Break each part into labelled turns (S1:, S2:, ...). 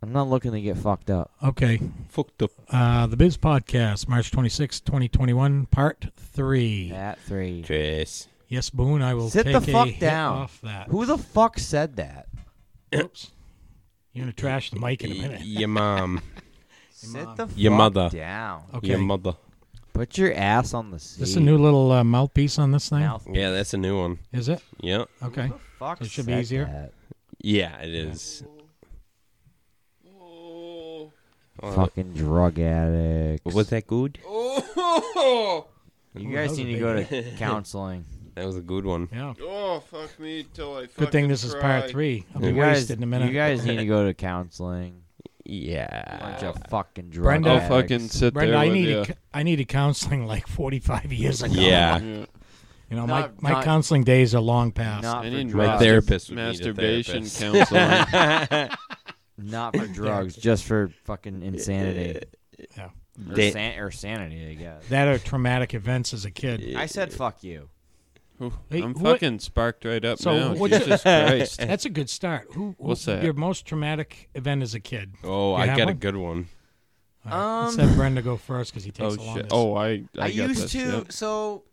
S1: I'm not looking to get fucked up.
S2: Okay.
S3: Fucked up.
S2: Uh, the Biz Podcast, March twenty sixth, 2021, Part 3.
S1: At three.
S3: Chris.
S2: Yes, Boone, I will
S1: Sit
S2: take
S1: the
S2: a
S1: fuck
S2: hit
S1: down.
S2: off that.
S1: Who the fuck said that?
S2: Oops. You're going to trash the mic in a minute.
S3: Your mom.
S1: Sit the
S3: Your
S1: fuck
S3: mother.
S1: down.
S2: Okay.
S3: Your mother.
S1: Oh. Put your ass on the seat.
S2: Is this a new little uh, mouthpiece on this thing?
S1: mouth.
S3: Yeah, that's a new one.
S2: Is it?
S3: Yeah.
S1: Who
S2: Okay.
S1: the fuck
S2: So it should be
S1: said
S2: easier?
S1: that?
S3: Yeah, it is.
S4: Oh.
S3: Uh,
S1: Fucking drug addicts.
S3: Was that good?
S4: Oh,
S1: You
S2: Ooh,
S1: guys
S2: that was
S1: need
S2: a
S1: to
S2: big
S1: go
S2: one.
S1: to counseling.
S3: That was a good one.
S2: Yeah.
S4: oh, fuck me till I.
S2: Good thing this is part three. I'll be
S1: You guys,
S2: wasted in a minute.
S1: you guys need to go to counseling. Bunch
S3: Yeah.
S1: of fucking drug
S2: Brenda-
S5: I'll
S2: Yeah,
S5: fucking sit
S2: Brenda,
S5: there
S2: I
S5: with
S2: needed
S5: ya.
S2: c- I needed counseling like 45 years ago.
S3: Yeah.
S5: Yeah.
S2: You know,
S1: Not-
S2: my, my
S1: not-
S2: counseling days are long past.
S1: Not
S5: I
S1: for
S5: need
S1: drugs.
S3: My
S5: mastur-
S3: therapist would need a
S5: masturbation
S3: therapist.
S5: counseling.
S1: Not for drugs, just for fucking insanity.
S2: Yeah.
S1: Or,
S3: Da-
S1: san- or sanity, I guess.
S2: That are traumatic events as a kid.
S1: I said fuck you.
S5: Ooh,
S2: Hey,
S5: I'm
S2: what-
S5: fucking sparked right up
S2: So
S5: now.
S2: what's-
S5: Jesus Christ.
S2: That's a good start. Who, who-
S5: What's that?
S2: Your most traumatic event as a kid?
S3: Oh,
S2: You
S3: I
S2: have
S3: got a
S2: one?
S3: good one.
S2: All right, let's
S1: Um,
S2: have Brenda go first because he takes
S5: Oh
S2: the
S5: shit.
S2: longest.
S5: Oh, I I,
S1: I,
S5: got
S1: used
S5: this,
S1: to.
S5: yeah.
S1: So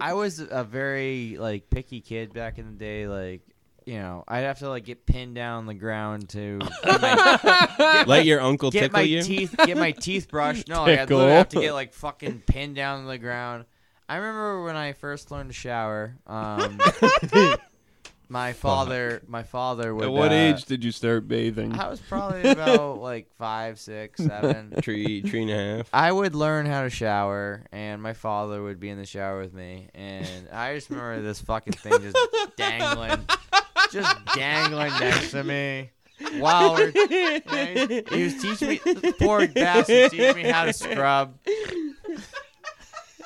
S1: I was a very like picky kid back in the day. Like you know, I'd have to like get pinned down on the ground to get my,
S3: Let your uncle
S1: get
S3: tickle
S1: my
S3: you.
S1: teeth get my teeth brushed. No, like, I'd
S5: Tickle.
S1: literally have to get like fucking pinned down on the ground. I remember when I first learned to shower. Um, my father, my father would.
S5: At what
S1: uh,
S5: age did you start bathing?
S1: I was probably about like five, six, seven.
S3: Tree, tree and a half.
S1: I would learn how to shower, and my father would be in the shower with me, and I just remember this fucking thing just dangling, just dangling next to me. Wow, he was teaching me this poor bastard teaching me how to scrub.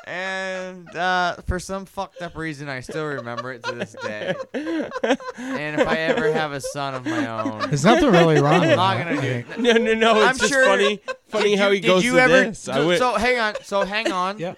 S1: And uh, for some fucked up reason, I still remember it to this day. And if I ever have a son of my own,
S2: There's nothing really wrong with
S1: I'm not
S2: that.
S1: gonna do.
S2: Like,
S3: No, no, no. It's
S1: I'm
S3: just
S1: sure-
S3: funny. Funny
S1: Did
S3: how
S1: you-
S3: he goes
S1: Did you
S3: to
S1: ever?
S3: this. I
S1: so,
S3: went,
S1: so hang on. So hang on.
S2: Yeah.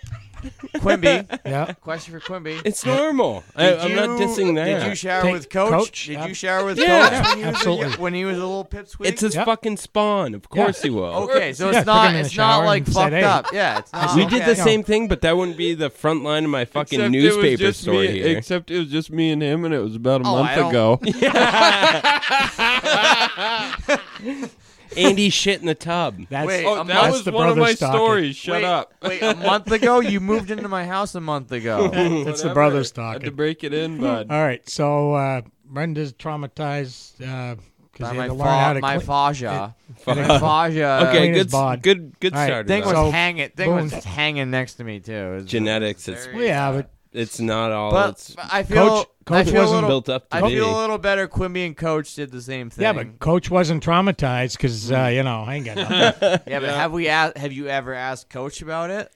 S1: Quimby.
S2: Yeah.
S1: Question for Quimby.
S3: it's normal. I,
S1: Did
S3: I'm
S1: you-
S3: not dissing that.
S1: Did you shower
S2: Take
S1: with coach?
S2: Coach?
S1: Did
S2: Ab-
S1: you shower with
S3: Yeah.
S1: coach when he, was a,
S2: Absolutely.
S1: when he was a little pipsqueak?
S3: it's his
S2: Yep.
S3: fucking spawn. Of course he will.
S1: okay, so
S2: Yeah,
S1: it's
S2: took him
S1: not
S2: in the
S1: it's not
S2: shower
S1: like
S2: and said,
S1: fucked
S2: "Hey."
S1: up. Yeah, it's
S2: Oh,
S1: not.
S3: We did the
S1: okay.
S3: same thing, but that wouldn't be the front line of my fucking
S5: Except it was
S3: newspaper
S5: just
S3: story
S5: me-
S3: here.
S5: Except it was just me and him, and it was about a
S1: Oh, I
S5: month
S1: don't-
S5: ago.
S3: Andy shit in the tub.
S2: That's,
S1: Wait,
S5: Oh,
S1: a
S5: that
S1: month-
S2: that's
S5: was
S2: the
S5: one of
S2: brother
S5: my
S2: stalking.
S5: stories. Shut
S1: Wait,
S5: up.
S1: Wait, a month ago you moved into my house. A month ago.
S2: That's the
S5: Whatever.
S2: brothers
S5: Had to
S2: talking.
S5: break it in, bud.
S2: All right. So uh, Brenda's traumatized because he
S1: By
S2: had
S1: my
S2: to learn how
S1: fa-
S2: to
S1: my
S2: clean-
S1: faja. My
S2: Fuck.
S1: faja.
S3: okay,
S2: clean his
S3: good, s-
S2: bod.
S3: good, good
S2: All right,
S3: start.
S1: Thing was
S3: about
S2: So-
S1: hanging. Thing was
S2: Boom.
S1: hanging next to me too. It was-
S3: genetics. It's
S1: Very-
S2: Well, yeah, but
S3: it's not all.
S1: But
S3: it's
S1: I feel
S2: Coach-
S1: I
S2: Coach
S1: feel a
S2: wasn't
S1: little.
S3: built up to
S1: I
S3: be.
S1: feel a little better. Quimby and Coach did the same thing. Mm.
S2: yeah, but Coach wasn't traumatized because uh, you know I ain't got nothing.
S1: Yeah, but have we? a- Have you ever asked Coach about it?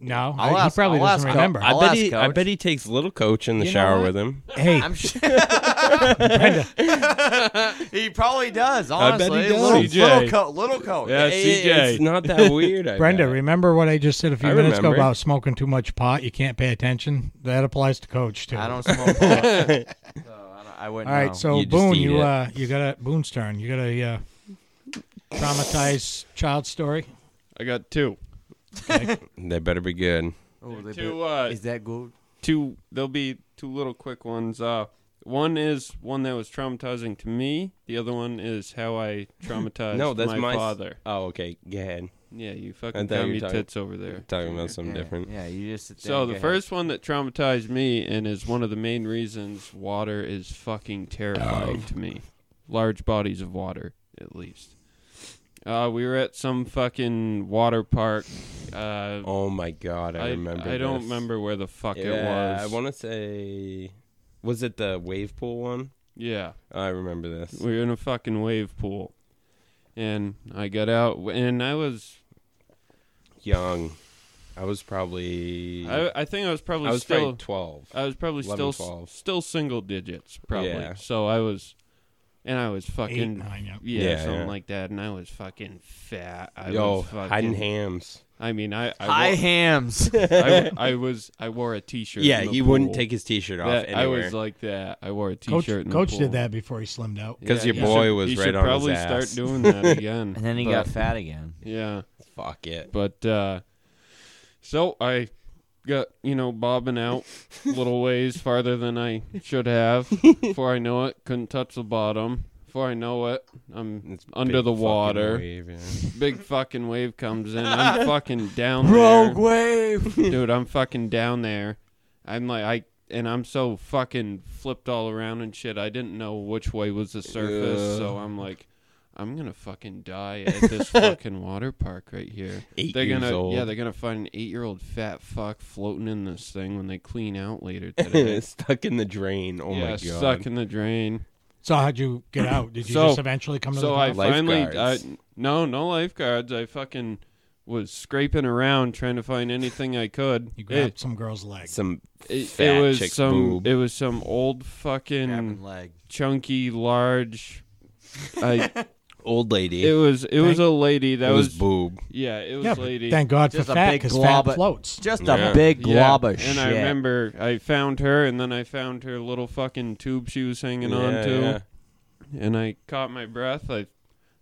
S2: no,
S1: I'll
S2: I-
S1: ask-
S2: he probably
S1: I'll
S2: doesn't
S1: ask Coach.
S2: remember.
S1: I'll
S3: I bet
S1: ask
S3: he. I
S1: Coach.
S3: bet he takes little coach in the
S2: You know
S3: show
S2: what?
S3: with him.
S2: hey,
S1: I'm sure. he probably does. Honestly,
S3: bet he does.
S1: Little,
S5: CJ.
S1: little, co- little coach.
S5: Yeah,
S3: It-
S5: CJ.
S3: It's not that weird. I
S2: Brenda,
S3: bet.
S2: remember what I just said a few
S3: I
S2: minutes
S3: remember.
S2: ago about smoking too much pot? You can't pay attention. That applies to Coach too.
S1: I don't smoke. pot, so I, don't, I wouldn't.
S2: All right,
S1: know.
S2: so
S3: You just
S2: Boone,
S3: eat
S2: you
S3: it.
S2: uh, you got a Boone's turn. You got a uh, traumatized child story.
S5: I got two.
S3: they better be good.
S1: Ooh, they
S5: Two.
S1: put-
S5: Uh,
S1: is that good?
S5: two. There'll be two little quick ones. Uh, one is one that was traumatizing to me. The other one is how I traumatized
S3: No, that's
S5: my,
S3: my s-
S5: father.
S3: Oh, okay. Go ahead.
S5: Yeah, you
S3: I
S5: fucking
S3: thought you were
S5: dummy
S3: talking-
S5: tits over there.
S3: Talking about something
S1: yeah,
S3: different.
S1: Yeah, you just. Sit there
S5: So
S1: and
S5: the
S1: go
S5: first one that traumatized me and is one of the main reasons water is fucking terrifying to me. Large bodies of water, at least. Uh, we were at some fucking water park. Uh,
S3: Oh my god, I,
S5: I,
S3: remember.
S5: I don't
S3: this.
S5: remember where the fuck
S3: Yeah,
S5: it was.
S3: I want to say, was it the wave pool one?
S5: yeah,
S3: I remember this.
S5: we were in a fucking wave pool, and I got out and I was.
S3: Young, I was probably.
S5: I, I think I was probably
S3: I was
S5: still.
S3: probably twelve.
S5: I was probably
S3: 11,
S5: still
S3: 12.
S5: still single digits probably.
S3: Yeah.
S5: So I was and I was
S2: Eight,
S5: fucking
S2: nine, yeah.
S5: yeah,
S3: Yeah,
S5: something
S3: yeah.
S5: like that, and I was fucking fat. I
S3: Yo,
S5: was fucking,
S3: hiding hams.
S5: I mean, I
S1: High
S5: I,
S1: hams.
S5: wore, I, I was I wore a t-shirt.
S3: Yeah,
S5: in the
S3: he wouldn't
S5: pool.
S3: take his T-shirt off
S5: That, I
S3: anywhere.
S5: was like that. I wore a t-shirt.
S2: Coach,
S5: in the
S2: coach
S5: pool.
S2: did that before he slimmed out.
S3: 'Cause your
S5: you
S3: boy
S5: should-
S3: was
S5: you
S3: right
S5: should
S3: on his
S5: probably
S3: ass.
S5: start doing that again.
S1: and then he
S5: But,
S1: got fat again.
S5: Yeah,
S3: Fuck it.
S5: but uh, so I got you know bobbing out little ways farther than I should have. Before I know it, couldn't touch the bottom. Before I know it, I'm
S3: It's
S5: under
S3: big
S5: the
S3: fucking
S5: water.
S3: wave, yeah.
S5: Big fucking wave comes in. I'm fucking down
S1: Rogue
S5: there,
S1: wave.
S5: dude. I'm fucking down there. I'm like I and I'm so fucking flipped all around and shit. I didn't know which way was the surface,
S3: Yeah.
S5: so I'm like, I'm gonna fucking die at this fucking water park right here.
S3: Eight
S5: they're
S3: years
S5: gonna
S3: old.
S5: yeah, they're gonna find an eight year old fat fuck floating in this thing when they clean out later today.
S3: stuck in the drain. Oh
S5: yeah,
S3: my god.
S5: stuck in the drain.
S2: So how'd you get out? Did you
S5: So-
S2: just eventually come to the
S5: So I
S2: top?
S5: finally, I,
S3: Lifeguards.
S5: no, no lifeguards. I fucking was scraping around trying to find anything I could.
S2: you grabbed
S5: It,
S2: some girl's leg.
S3: Some
S5: it,
S3: fat
S5: it was
S3: chick's
S5: some,
S3: boob.
S5: it was some old
S1: Grabbing
S5: fucking
S1: leg.
S5: chunky, large. I,
S3: old lady.
S5: it was, it was a lady that
S3: It
S5: was,
S3: boob.
S5: yeah, it was
S2: yeah, but
S5: lady.
S2: thank God
S1: Just
S2: for
S1: a
S2: fat
S1: big
S2: because fat
S1: glob of-
S2: floats.
S1: Just a
S3: Yeah.
S1: big
S5: Yeah,
S1: glob of
S5: and
S1: shit.
S5: I remember I found her, and then I found her little fucking tube she was hanging on
S3: Yeah,
S5: to,
S3: yeah.
S5: and I caught my breath. I,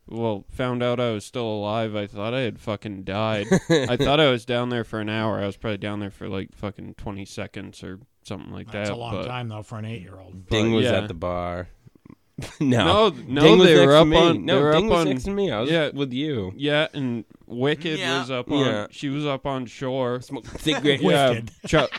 S5: well, found out I was still alive. I thought I had fucking died. I thought I was down there for an hour. I was probably down there for like fucking twenty seconds or something like
S2: That's a
S5: that.
S2: long
S5: but-
S2: time though for an eight-year-old.
S3: Ding
S5: but
S3: was
S5: yeah.
S3: at the bar. no.
S5: No, no,
S3: Ding was
S5: they
S3: next
S5: were
S3: to
S5: up
S3: me.
S5: on.
S3: No,
S5: they were
S3: Ding
S5: up
S3: was
S5: on.
S3: next to me. I was
S5: yeah.
S3: with you.
S5: Yeah, and Wicked
S1: Yeah.
S5: was up on.
S3: Yeah.
S5: She was up on shore.
S3: Cigarette.
S5: Yeah,
S2: Wicked.
S5: chuff,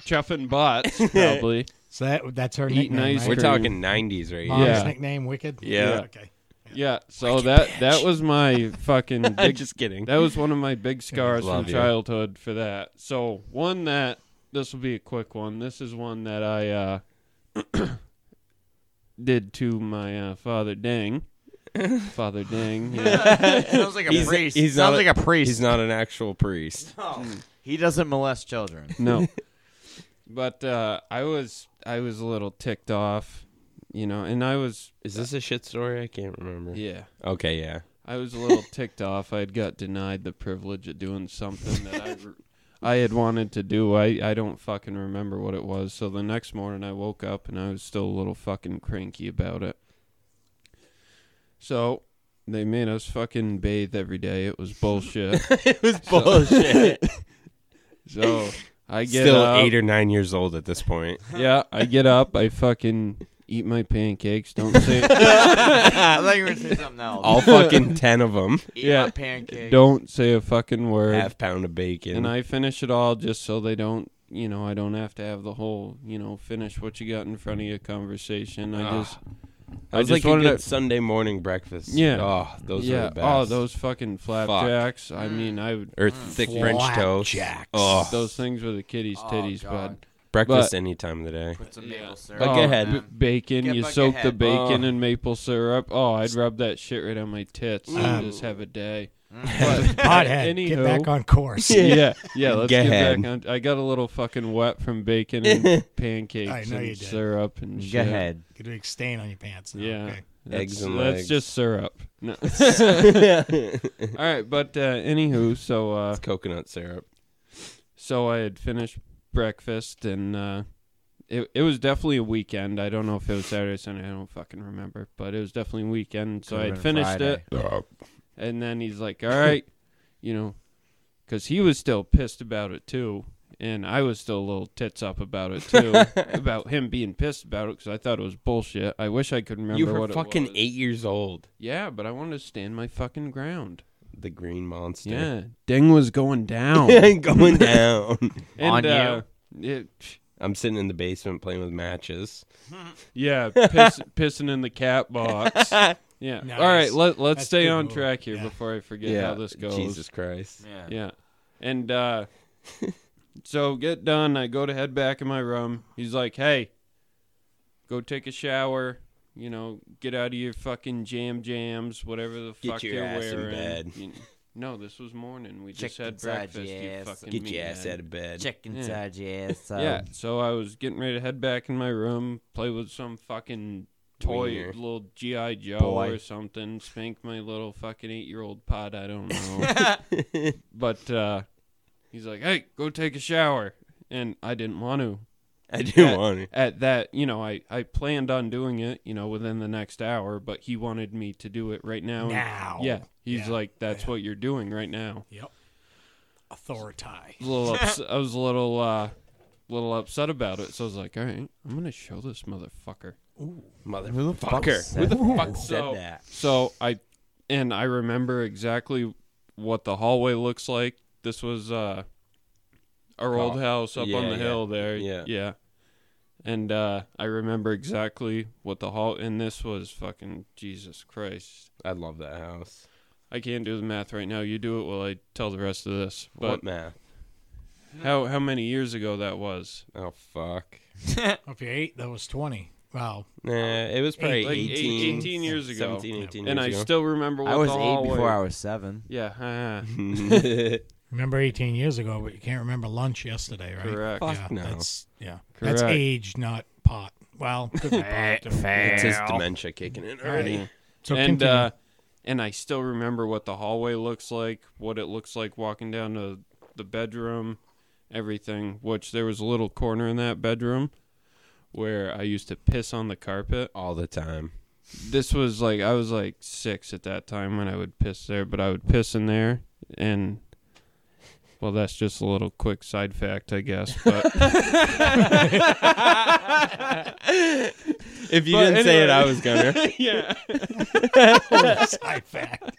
S5: chuffing butts probably.
S2: So that that's her
S5: Eat
S2: nickname.
S5: nice
S2: right?
S3: We're
S5: Crew.
S3: talking 90s right
S2: Mom's
S3: here.
S5: Yeah.
S2: nickname, Wicked.
S3: Yeah.
S2: Okay.
S5: Yeah, so that that was my fucking big
S3: Just kidding.
S5: That was one of my big scars
S3: Love
S5: from
S3: you.
S5: childhood for that. So one that this will be a quick one. This is one that I uh, did to my uh, father Dang. father Dang. Yeah.
S1: Sounds like a
S3: He's-
S1: priest.
S3: he's
S1: Sounds
S3: not a-
S1: like a priest.
S3: He's not an actual priest.
S1: He doesn't molest children.
S5: No. But uh, I was I was a little ticked off, you know, and I was
S3: Is this a shit story? I can't remember.
S5: yeah.
S3: Okay, yeah.
S5: I was a little ticked off. I had got denied the privilege of doing something that I, I had wanted to do. I, I don't fucking remember what it was. So the next morning I woke up and I was still a little fucking cranky about it. So they made us fucking bathe every day. It was bullshit.
S3: it was bullshit.
S5: so I get
S3: Still
S5: up.
S3: eight or nine years old at this point.
S5: yeah, I get up. I fucking eat my pancakes. Don't say
S1: I thought you were going to say something else.
S3: All fucking ten of them.
S1: Eat
S5: yeah.
S1: my pancakes.
S5: don't say a fucking word.
S3: Half pound of bacon.
S5: and I finish it all just so they don't, you know, I don't have to have the whole, you know, finish what you got in front of you conversation. I
S3: Ah,
S5: just,
S3: That was
S5: I just
S3: like a
S5: wanted
S3: good
S5: to,
S3: Sunday morning breakfast.
S5: Yeah.
S3: Oh, those
S5: yeah,
S3: were the best.
S5: oh, those fucking flapjacks. I
S1: Mm.
S5: mean, I would,
S3: or thick French toast.
S2: Flapjacks.
S3: Oh,
S5: those things were the kitties'
S1: Oh,
S5: titties,
S1: God.
S5: bud.
S3: breakfast
S5: but-
S3: any time of the day.
S1: Put some maple syrup.
S3: But
S5: oh,
S3: go
S1: on
S3: ahead.
S5: b-
S1: them.
S5: bacon.
S1: Get
S5: you
S1: back
S5: soak the
S1: ahead.
S5: bacon
S3: Oh.
S5: and maple syrup. Oh, I'd rub that shit right on my tits
S2: Ooh.
S5: and just have a day.
S2: Pothead, get
S5: Anywho.
S2: back on course.
S5: yeah, yeah. Let's
S3: Go
S5: get
S3: ahead.
S5: back on. I got a little fucking wet from bacon and pancakes
S2: know you did.
S5: and syrup and shit.
S1: Go ahead.
S2: Get a big stain on your pants. now,
S5: Yeah.
S2: okay.
S5: That's,
S3: Eggs and
S5: that's
S3: legs.
S5: just syrup. No.
S3: it's
S5: All right, but uh, anywho, so uh,
S3: coconut syrup.
S5: so I had finished breakfast and uh, it it was definitely a weekend. I don't know if it was Saturday, Sunday. I don't fucking remember, but it was definitely a weekend. So I
S1: Could've
S5: had
S1: been
S5: finished
S1: Friday.
S5: it,
S3: Oh.
S5: and then he's like, "All right, you know," because he was still pissed about it too, and I was still a little tits up about it too, about him being pissed about it because I thought it was bullshit. I wish I could remember
S3: You were
S5: what it
S3: fucking
S5: was.
S3: eight years old.
S5: Yeah, but I wanted to stand my fucking ground.
S3: The green monster.
S5: Yeah, Ding was going down.
S3: going down.
S1: On
S5: you. It,
S3: I'm sitting in the basement playing with matches.
S5: yeah, piss, pissing in the cat box. Yeah.
S2: Nice.
S5: All right, let, let's
S2: That's
S5: stay
S2: good
S5: on
S2: move.
S5: track here
S2: Yeah.
S5: before I forget how this goes.
S3: Jesus Christ.
S1: Yeah.
S5: Yeah. And uh, so get done. I go to head back in my room. He's like, hey, go take a shower. You know, get out of your fucking jam jams, whatever the
S3: Get
S5: fuck
S3: your
S5: you're
S3: ass in
S5: wearing.
S3: bed.
S5: You- no, this was morning. We
S1: Check
S5: just had
S1: inside
S5: breakfast.
S1: your
S5: you
S1: ass.
S5: fucking
S3: Get your
S5: meathead.
S3: ass out of bed.
S1: Check
S5: Yeah.
S1: inside your ass.
S5: Yeah, so I was getting ready to head back in my room, play with some fucking toy,
S4: Wiener.
S5: little GI Joe
S1: Boy.
S5: or something, spank my little fucking eight year old pod. I don't know, but uh, he's like, "Hey, go take a shower," and I didn't want to.
S3: I do
S5: Yeah.
S3: want it.
S5: At that, you know, I I planned on doing it, you know, within the next hour, but he wanted me to do it right now. and-
S2: Now.
S5: Oh, yeah, he's
S2: Yeah.
S5: like, "That's what you're doing right now."
S2: Yep. Authority.
S5: was a little ups- I was a little uh little upset about it. So I was like, all right, I'm gonna show this motherfucker.
S3: Motherfucker.
S1: Who the fuck
S5: Fuck so, So I and I remember exactly what the hallway looks like. This was uh our old
S3: Oh,
S5: house up on
S3: yeah,
S5: the
S3: yeah,
S5: hill there.
S3: yeah.
S5: Yeah. And uh I remember exactly what the hall and this was fucking Jesus Christ.
S3: I love that house.
S5: I can't do the math right now. You do it while I tell the rest of this. But
S3: what math?
S5: how how many years ago that was?
S3: Oh fuck.
S2: If you ate, that was 20. Wow.
S3: Nah, it was probably
S5: Like eight-
S3: 18,
S5: 18 years ago.
S3: 17, 18
S5: and I
S3: years
S5: still remember what
S1: I was
S5: the
S1: eight
S5: hallway.
S1: before I was seven.
S5: Yeah, ha, ha.
S3: ago.
S2: Remember 18 years ago, but you can't remember lunch yesterday, right?
S5: correct.
S3: Fuck
S2: Yeah,
S3: no.
S2: That's, yeah. That's
S5: Correct.
S2: age, not pot. Well, could be pot.
S3: it's his dementia kicking in already.
S5: Yeah.
S2: So
S5: and
S2: continue.
S5: uh, and I still remember what the hallway looks like, what it looks like walking down to the bedroom, everything. Which there was a little corner in that bedroom where I used to piss on the carpet.
S3: All the time.
S5: This was like I was like six at that time when I would piss there, but I would piss in there and. Well, that's just a little quick side fact, I guess. But
S3: If you
S5: But
S3: didn't say it,
S5: anyway.
S3: I was gonna.
S5: yeah.
S2: Side fact.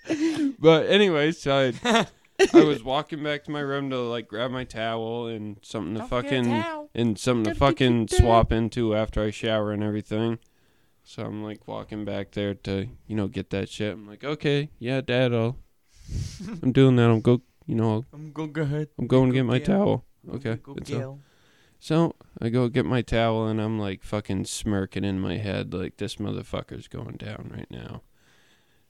S5: But anyways, so I, I was walking back to my room to like grab my towel and something to fucking and something to fucking swap into after I shower and everything. So I'm like walking back there to you know get that shit. I'm like, okay, yeah, Dad, I'll, I'm doing that. I'm go, you know, I'll,
S1: I'm going to go ahead.
S5: I'm going to get my towel. Okay, it's all- so I go get my towel and I'm like fucking smirking in my head like this motherfucker's going down right now.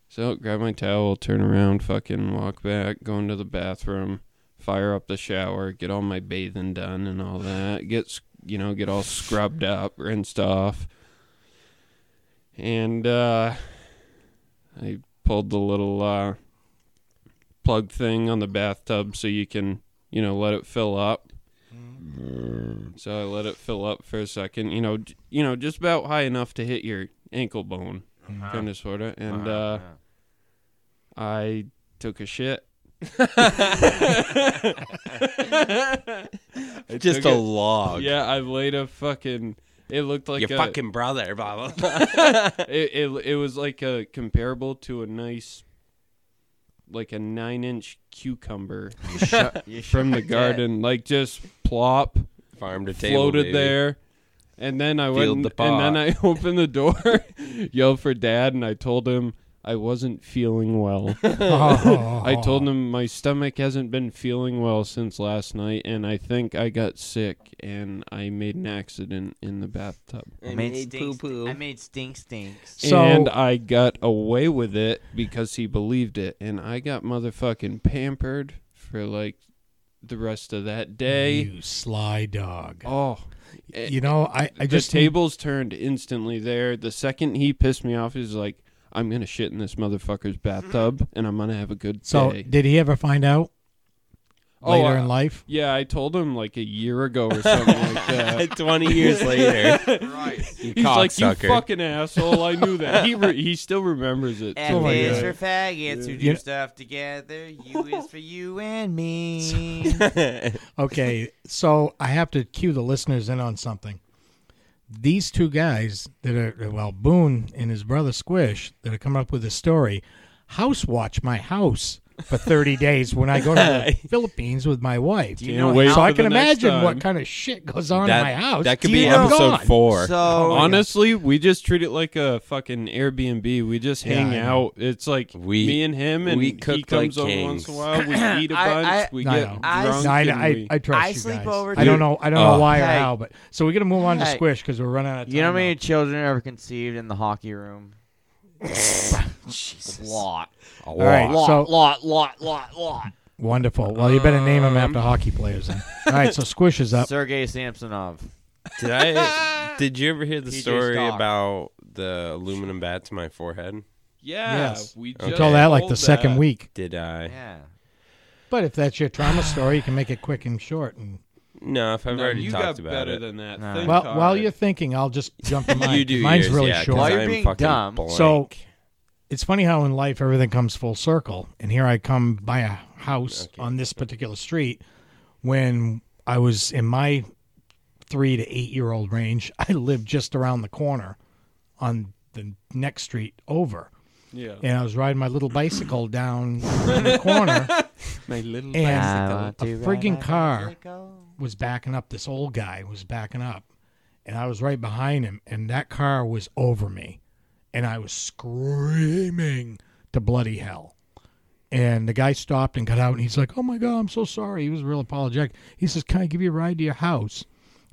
S5: So grab my towel, turn around, fucking walk back, go into the bathroom, fire up the shower, get all my bathing done and all that. Get s- you know, get all scrubbed up, rinsed off. And uh I pulled the little uh plug thing on the bathtub so you can, you know, let it fill up. So I let it fill up for a second, you know, j- you know, just about high enough to hit your ankle bone, kind of sorta.
S1: Uh-huh.
S5: And uh, I took a shit.
S3: Just
S5: took
S3: a
S5: it.
S3: log.
S5: Yeah, I laid a fucking. It looked like
S3: Your
S5: a,
S3: fucking brother, blah blah. blah.
S5: It, it it was like a comparable to a nice, like a nine inch cucumber
S1: You sho- you
S5: from the
S1: shoved it.
S5: garden, like just plop.
S3: Farm to table.
S5: floated
S3: baby.
S5: there. And then I
S3: Filled
S5: went,
S3: the
S5: and then
S3: pot.
S5: I opened the door, yelled for dad, and I told him I wasn't feeling well.
S2: Oh,
S5: I told him my stomach hasn't been feeling well since last night, and I think I got sick and I made an accident in the bathtub.
S1: I made stink. I made stink stinks.
S2: So-
S5: and I got away with it because he believed it, and I got motherfucking pampered for like the rest of that day.
S2: You sly dog.
S5: Oh, eh,
S2: you know, I, I just
S5: the tables turned instantly there. The second he pissed me off, he's like, I'm gonna shit in this motherfucker's bathtub and I'm gonna have a good
S2: so
S5: day.
S2: did he ever find out
S5: Oh,
S2: later
S5: I-
S2: in life?
S5: yeah, I told him like a year ago or something like that.
S3: Twenty years later, you
S5: He's like, you
S3: cocksucker.
S5: fucking asshole! I knew that. He re- he still remembers it.
S1: F
S5: to
S2: my
S5: this
S1: is
S2: God.
S5: day.
S1: for faggots who do
S2: Yeah.
S1: stuff together. U is for you and me.
S2: Okay, so I have to cue the listeners in on something. These two guys that are well, Boone and his brother Squish that are coming up with this story, house watch my house for thirty days when I go to the Philippines with my wife.
S1: Do you
S5: Can't
S1: know
S5: wait
S1: how-
S2: so I
S5: for the
S2: can
S5: next
S2: imagine what
S5: time.
S2: kind of shit goes on
S3: that,
S2: in my house.
S3: That could
S2: Do
S3: be
S2: you know-
S3: episode
S2: Gone.
S3: four.
S1: So
S5: Honestly, we just treat it like a fucking Airbnb. We just
S2: Yeah,
S5: hang
S2: I know.
S5: out. It's like
S3: We-
S5: me and him, and
S3: we
S5: he
S3: cook
S5: comes
S3: like
S5: over once
S3: kings.
S5: in a while. We eat a bunch.
S1: I- I-
S5: we
S2: No, I
S5: get
S2: know.
S5: drunk.
S1: I-
S2: No, I,
S5: and
S2: I,
S5: we-
S2: I trust
S1: I
S2: you
S1: sleep
S2: guys.
S1: over
S2: I don't
S1: too.
S2: know. I don't know
S3: Oh.
S2: why or
S1: Hey.
S2: how, but so we got to move on to
S1: Hey.
S2: Squish because we're running out of time.
S1: You know how
S2: now.
S1: many children are conceived in the hockey room? Jesus. Lot.
S3: A
S2: All right,
S3: lot.
S1: Lot,
S2: so-
S1: lot, lot, lot, lot.
S2: Wonderful. Well, you better name them after hockey players. Then. All right, so Squish is up.
S1: Sergey Samsonov.
S3: Did I? Did you ever hear the
S1: TJ
S3: story
S1: Stock.
S3: about the aluminum bat to my forehead?
S5: Yeah,
S2: Yes.
S5: we just
S2: You call that like
S5: told
S2: the second
S5: that.
S2: week.
S3: Did I?
S1: Yeah.
S2: But if that's your trauma story, you can make it quick and short. And
S3: No, if I've
S5: No,
S3: already
S5: you
S3: talked
S5: got
S3: about
S5: better
S3: it.
S5: than that.
S1: No.
S5: Think
S2: while,
S5: hard.
S2: while you're thinking, I'll just jump to mine.
S3: you do.
S2: Mine's
S3: yours,
S2: really
S3: yeah, 'cause
S2: short.
S1: While you're
S3: I'm
S1: being
S3: fucking
S1: dumb.
S3: blank.
S2: So it's funny how in life everything comes full circle. And here I come by a house
S3: Okay.
S2: on this particular street when I was in my three to eight year old range. I lived just around the corner on the next street over.
S5: yeah,
S2: And I was riding my little bicycle down the corner.
S5: my little
S2: And
S1: want
S2: a
S1: to ride
S2: friggin'
S1: a
S2: car.
S1: bicycle.
S2: was backing up. This old guy was backing up, and I was right behind him, and that car was over me, and I was screaming to bloody hell. And the guy stopped and got out, and he's like, "Oh my god, I'm so sorry." He was real apologetic. He says, "Can I give you a ride to your house?"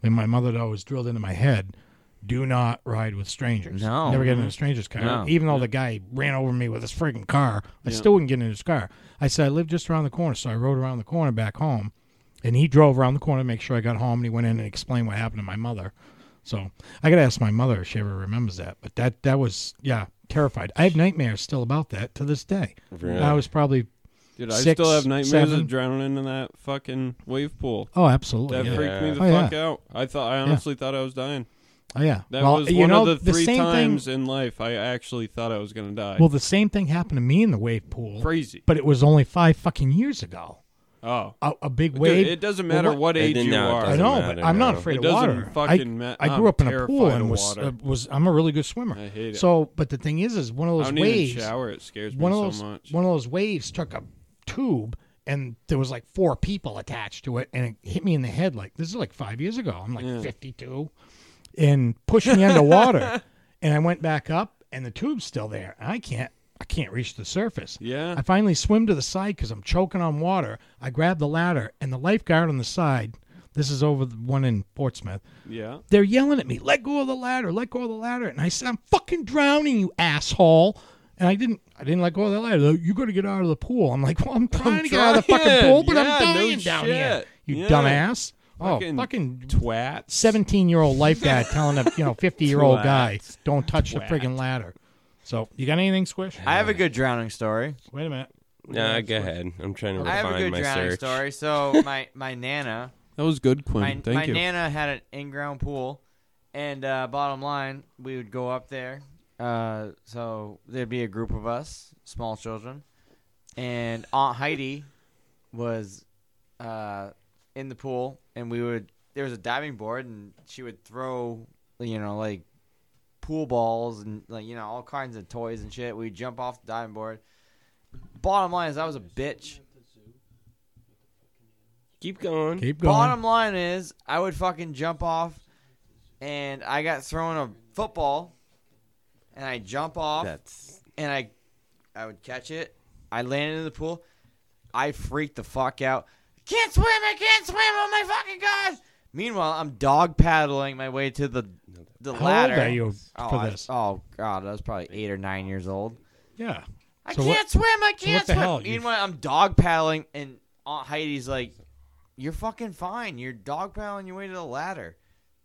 S2: And my mother had always drilled into my head, "Do not ride with strangers.
S1: No.
S2: never get in a stranger's car."
S1: No.
S2: Even though the guy ran over me with his friggin' car, I still wouldn't get in his car. I said I lived just around the corner, so I rode around the corner back home, and he drove around the corner to make sure I got home, and he went in and explained what happened to my mother. So I gotta ask my mother if she ever remembers that. But that that was yeah terrified. I have nightmares still about that to this day.
S3: Really?
S2: I was probably
S5: Dude, I
S2: Six,
S5: still have nightmares
S2: seven.
S5: of drowning in that fucking wave pool.
S2: oh absolutely
S5: That
S2: yeah.
S5: freaked me the
S2: Oh, yeah.
S5: fuck out. I thought I honestly thought I was dying.
S2: oh yeah.
S5: That
S2: well,
S5: was
S2: you
S5: one
S2: know
S5: of the
S2: the
S5: three
S2: same
S5: times
S2: thing.
S5: in life I actually thought I was gonna die.
S2: Well, the same thing happened to me in the wave pool,
S5: Crazy.
S2: but it was only five fucking years ago.
S5: Oh,
S2: A, a big
S5: Dude,
S2: wave.
S5: it doesn't
S2: Well,
S5: matter
S2: what-
S5: what
S3: It
S5: age
S3: didn't-
S5: you
S3: no, it
S5: are.
S2: I
S3: doesn't
S2: know,
S3: matter,
S2: but I'm not
S3: no.
S2: afraid
S5: It
S2: of
S5: doesn't
S2: water.
S5: fucking
S2: I,
S5: ma-
S2: I
S5: I'm
S2: grew up in a pool
S5: terrified
S2: and
S5: of
S2: was
S5: water.
S2: uh, was I'm a really good swimmer.
S5: I hate it.
S2: So, but the thing is, is one of
S5: I
S2: those
S5: don't
S2: waves.
S5: even shower. It scares me
S2: one of those
S5: so much.
S2: one of those waves took a tube and there was like four people attached to it and it hit me in the head like this is like five years ago i'm like 52 and pushed me underwater and i went back up and the tube's still there i can't i can't reach the surface
S5: Yeah.
S2: i finally swim to the side because i'm choking on water i grab the ladder and the lifeguard on the side this is over the one in portsmouth
S5: yeah.
S2: they're yelling at me, let go of the ladder, let go of the ladder. And I said, I'm fucking drowning, you asshole. And I didn't I didn't let go of the ladder. They're like, You gotta get out of the pool. I'm like, Well, I'm trying to get out of the
S5: trying.
S2: fucking pool, but I'm
S5: Yeah, no
S2: dying down here.
S5: shit.
S2: You
S5: Yeah.
S2: dumbass. Oh
S5: Fucking
S2: fucking
S5: Twat.
S2: seventeen year old lifeguard telling a you know, fifty year old guy, don't touch
S5: Twat.
S2: the friggin' ladder. So you got anything, Squish?
S1: I have a good drowning story.
S2: Wait a minute.
S3: Nah, go ahead. I'm trying to refine
S1: I have a good
S3: my
S1: drowning
S3: search.
S1: story. So my my nana,
S5: That was good, Quinn.
S1: my,
S5: Thank
S1: my
S5: you.
S1: nana had an in-ground pool, and uh, bottom line, we would go up there. Uh, so there'd be a group of us, small children, and Aunt Heidi was uh, in the pool, and we would. There was a diving board, and she would throw, you know, like pool balls and like you know all kinds of toys and shit. We'd jump off the diving board. Bottom line is, I was a bitch.
S3: Keep going.
S2: Keep going.
S1: Bottom line is, I would fucking jump off, and I got thrown a football, and I jump off,
S3: That's
S1: and I, I would catch it. I landed in the pool. I freaked the fuck out. Can't swim! I can't swim! Oh my fucking god! Meanwhile, I'm dog paddling my way to the the
S2: How old
S1: ladder.
S2: are you
S1: Oh,
S2: for
S1: I-
S2: this?
S1: oh god, I was probably eight or nine years old.
S2: yeah.
S1: I
S2: So
S1: can't
S2: what-
S1: swim. I can't
S2: the
S1: swim.
S2: hell? You-
S1: Meanwhile, I'm dog paddling, and Aunt Heidi's like, "You're fucking fine. You're dog paddling your way to the ladder."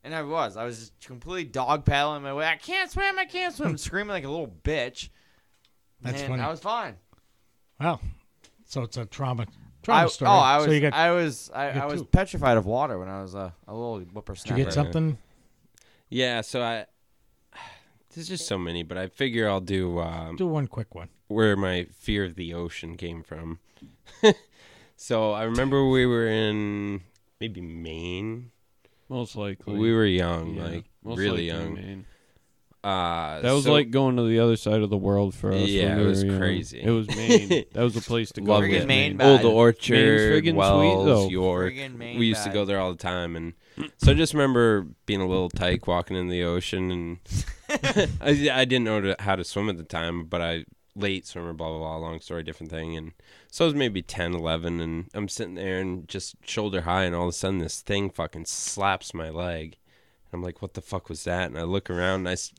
S1: And I was. I was just completely dog paddling my way. I can't swim. I can't swim. screaming like a little bitch.
S2: Hmm. That's
S1: and
S2: funny.
S1: I was fine.
S2: Wow. So it's a trauma trauma
S1: I,
S2: story.
S1: Oh, I was.
S2: so you got
S1: I was. I,
S2: got
S1: I was
S2: two.
S1: petrified of water when I was a, a little
S2: did you
S1: whippersnapper.
S2: get something?
S3: yeah. So I there's just so many, but I figure I'll do um,
S2: Do one quick one.
S3: where my fear of the ocean came from. so I remember we were in maybe Maine.
S5: Most likely.
S3: We were young,
S5: Yeah,
S3: like
S5: most
S3: really
S5: likely,
S3: young.
S5: man.
S3: Uh,
S5: That was
S3: so-
S5: like going to the other side of the world for us.
S3: Yeah,
S5: when
S3: it
S5: we
S3: was
S5: were young.
S3: crazy.
S5: It was Maine. that was the place to go.
S3: Lovely.
S5: to
S1: Friggin' Maine,
S5: Maine.
S1: bad.
S3: Old Orchard,
S5: Maine's friggin'
S3: Wells,
S5: sweet, though.
S3: York.
S1: Friggin' Maine
S3: We used to
S1: bad.
S3: go there all the time, and so I just remember being a little tyke walking in the ocean, and I, I didn't know to- how to swim at the time, but I late swimmer, blah blah blah. Long story, different thing, and so I was maybe 10, 11, and I'm sitting there and just shoulder high, and all of a sudden this thing fucking slaps my leg. I'm like, what the fuck was that? And I look around, and I. s-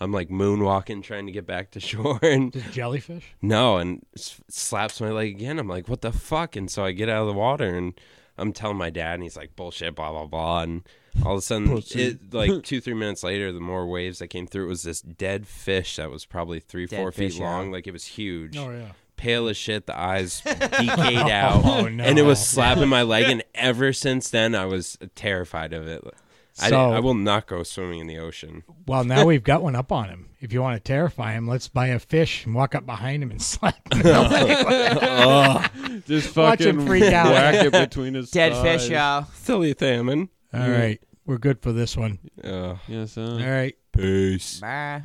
S3: I'm like moonwalking, trying to get back to shore, and
S2: Just jellyfish?
S3: no and s- slaps my leg again i'm like what the fuck and so i get out of the water and I'm telling my dad, and he's like, bullshit, blah, blah, blah. And all of a sudden,
S5: Pussy.
S3: it, like two, three minutes later, the more waves that came through, it was this dead fish that was probably three,
S1: Dead
S3: four feet
S1: fish,
S3: long.
S1: yeah.
S3: Like it was huge.
S2: Oh yeah.
S3: Pale as shit, the eyes decayed out,
S2: Oh, no.
S3: and it was slapping my leg. And ever since then, I was terrified of it. I,
S2: So-
S3: I will not go swimming in the ocean.
S2: Well, now we've got one up on him. If you want to terrify him, let's buy a fish and walk up behind him and slap him.
S5: Just
S2: Watch
S5: fucking
S2: him freak out.
S5: whack it between his
S1: Dead
S5: thighs.
S1: fish, y'all.
S3: Silly Thaman.
S2: All right. We're good for this one.
S3: Uh,
S5: Yes,
S2: All
S5: huh?
S2: right.
S3: Peace.
S1: Bye.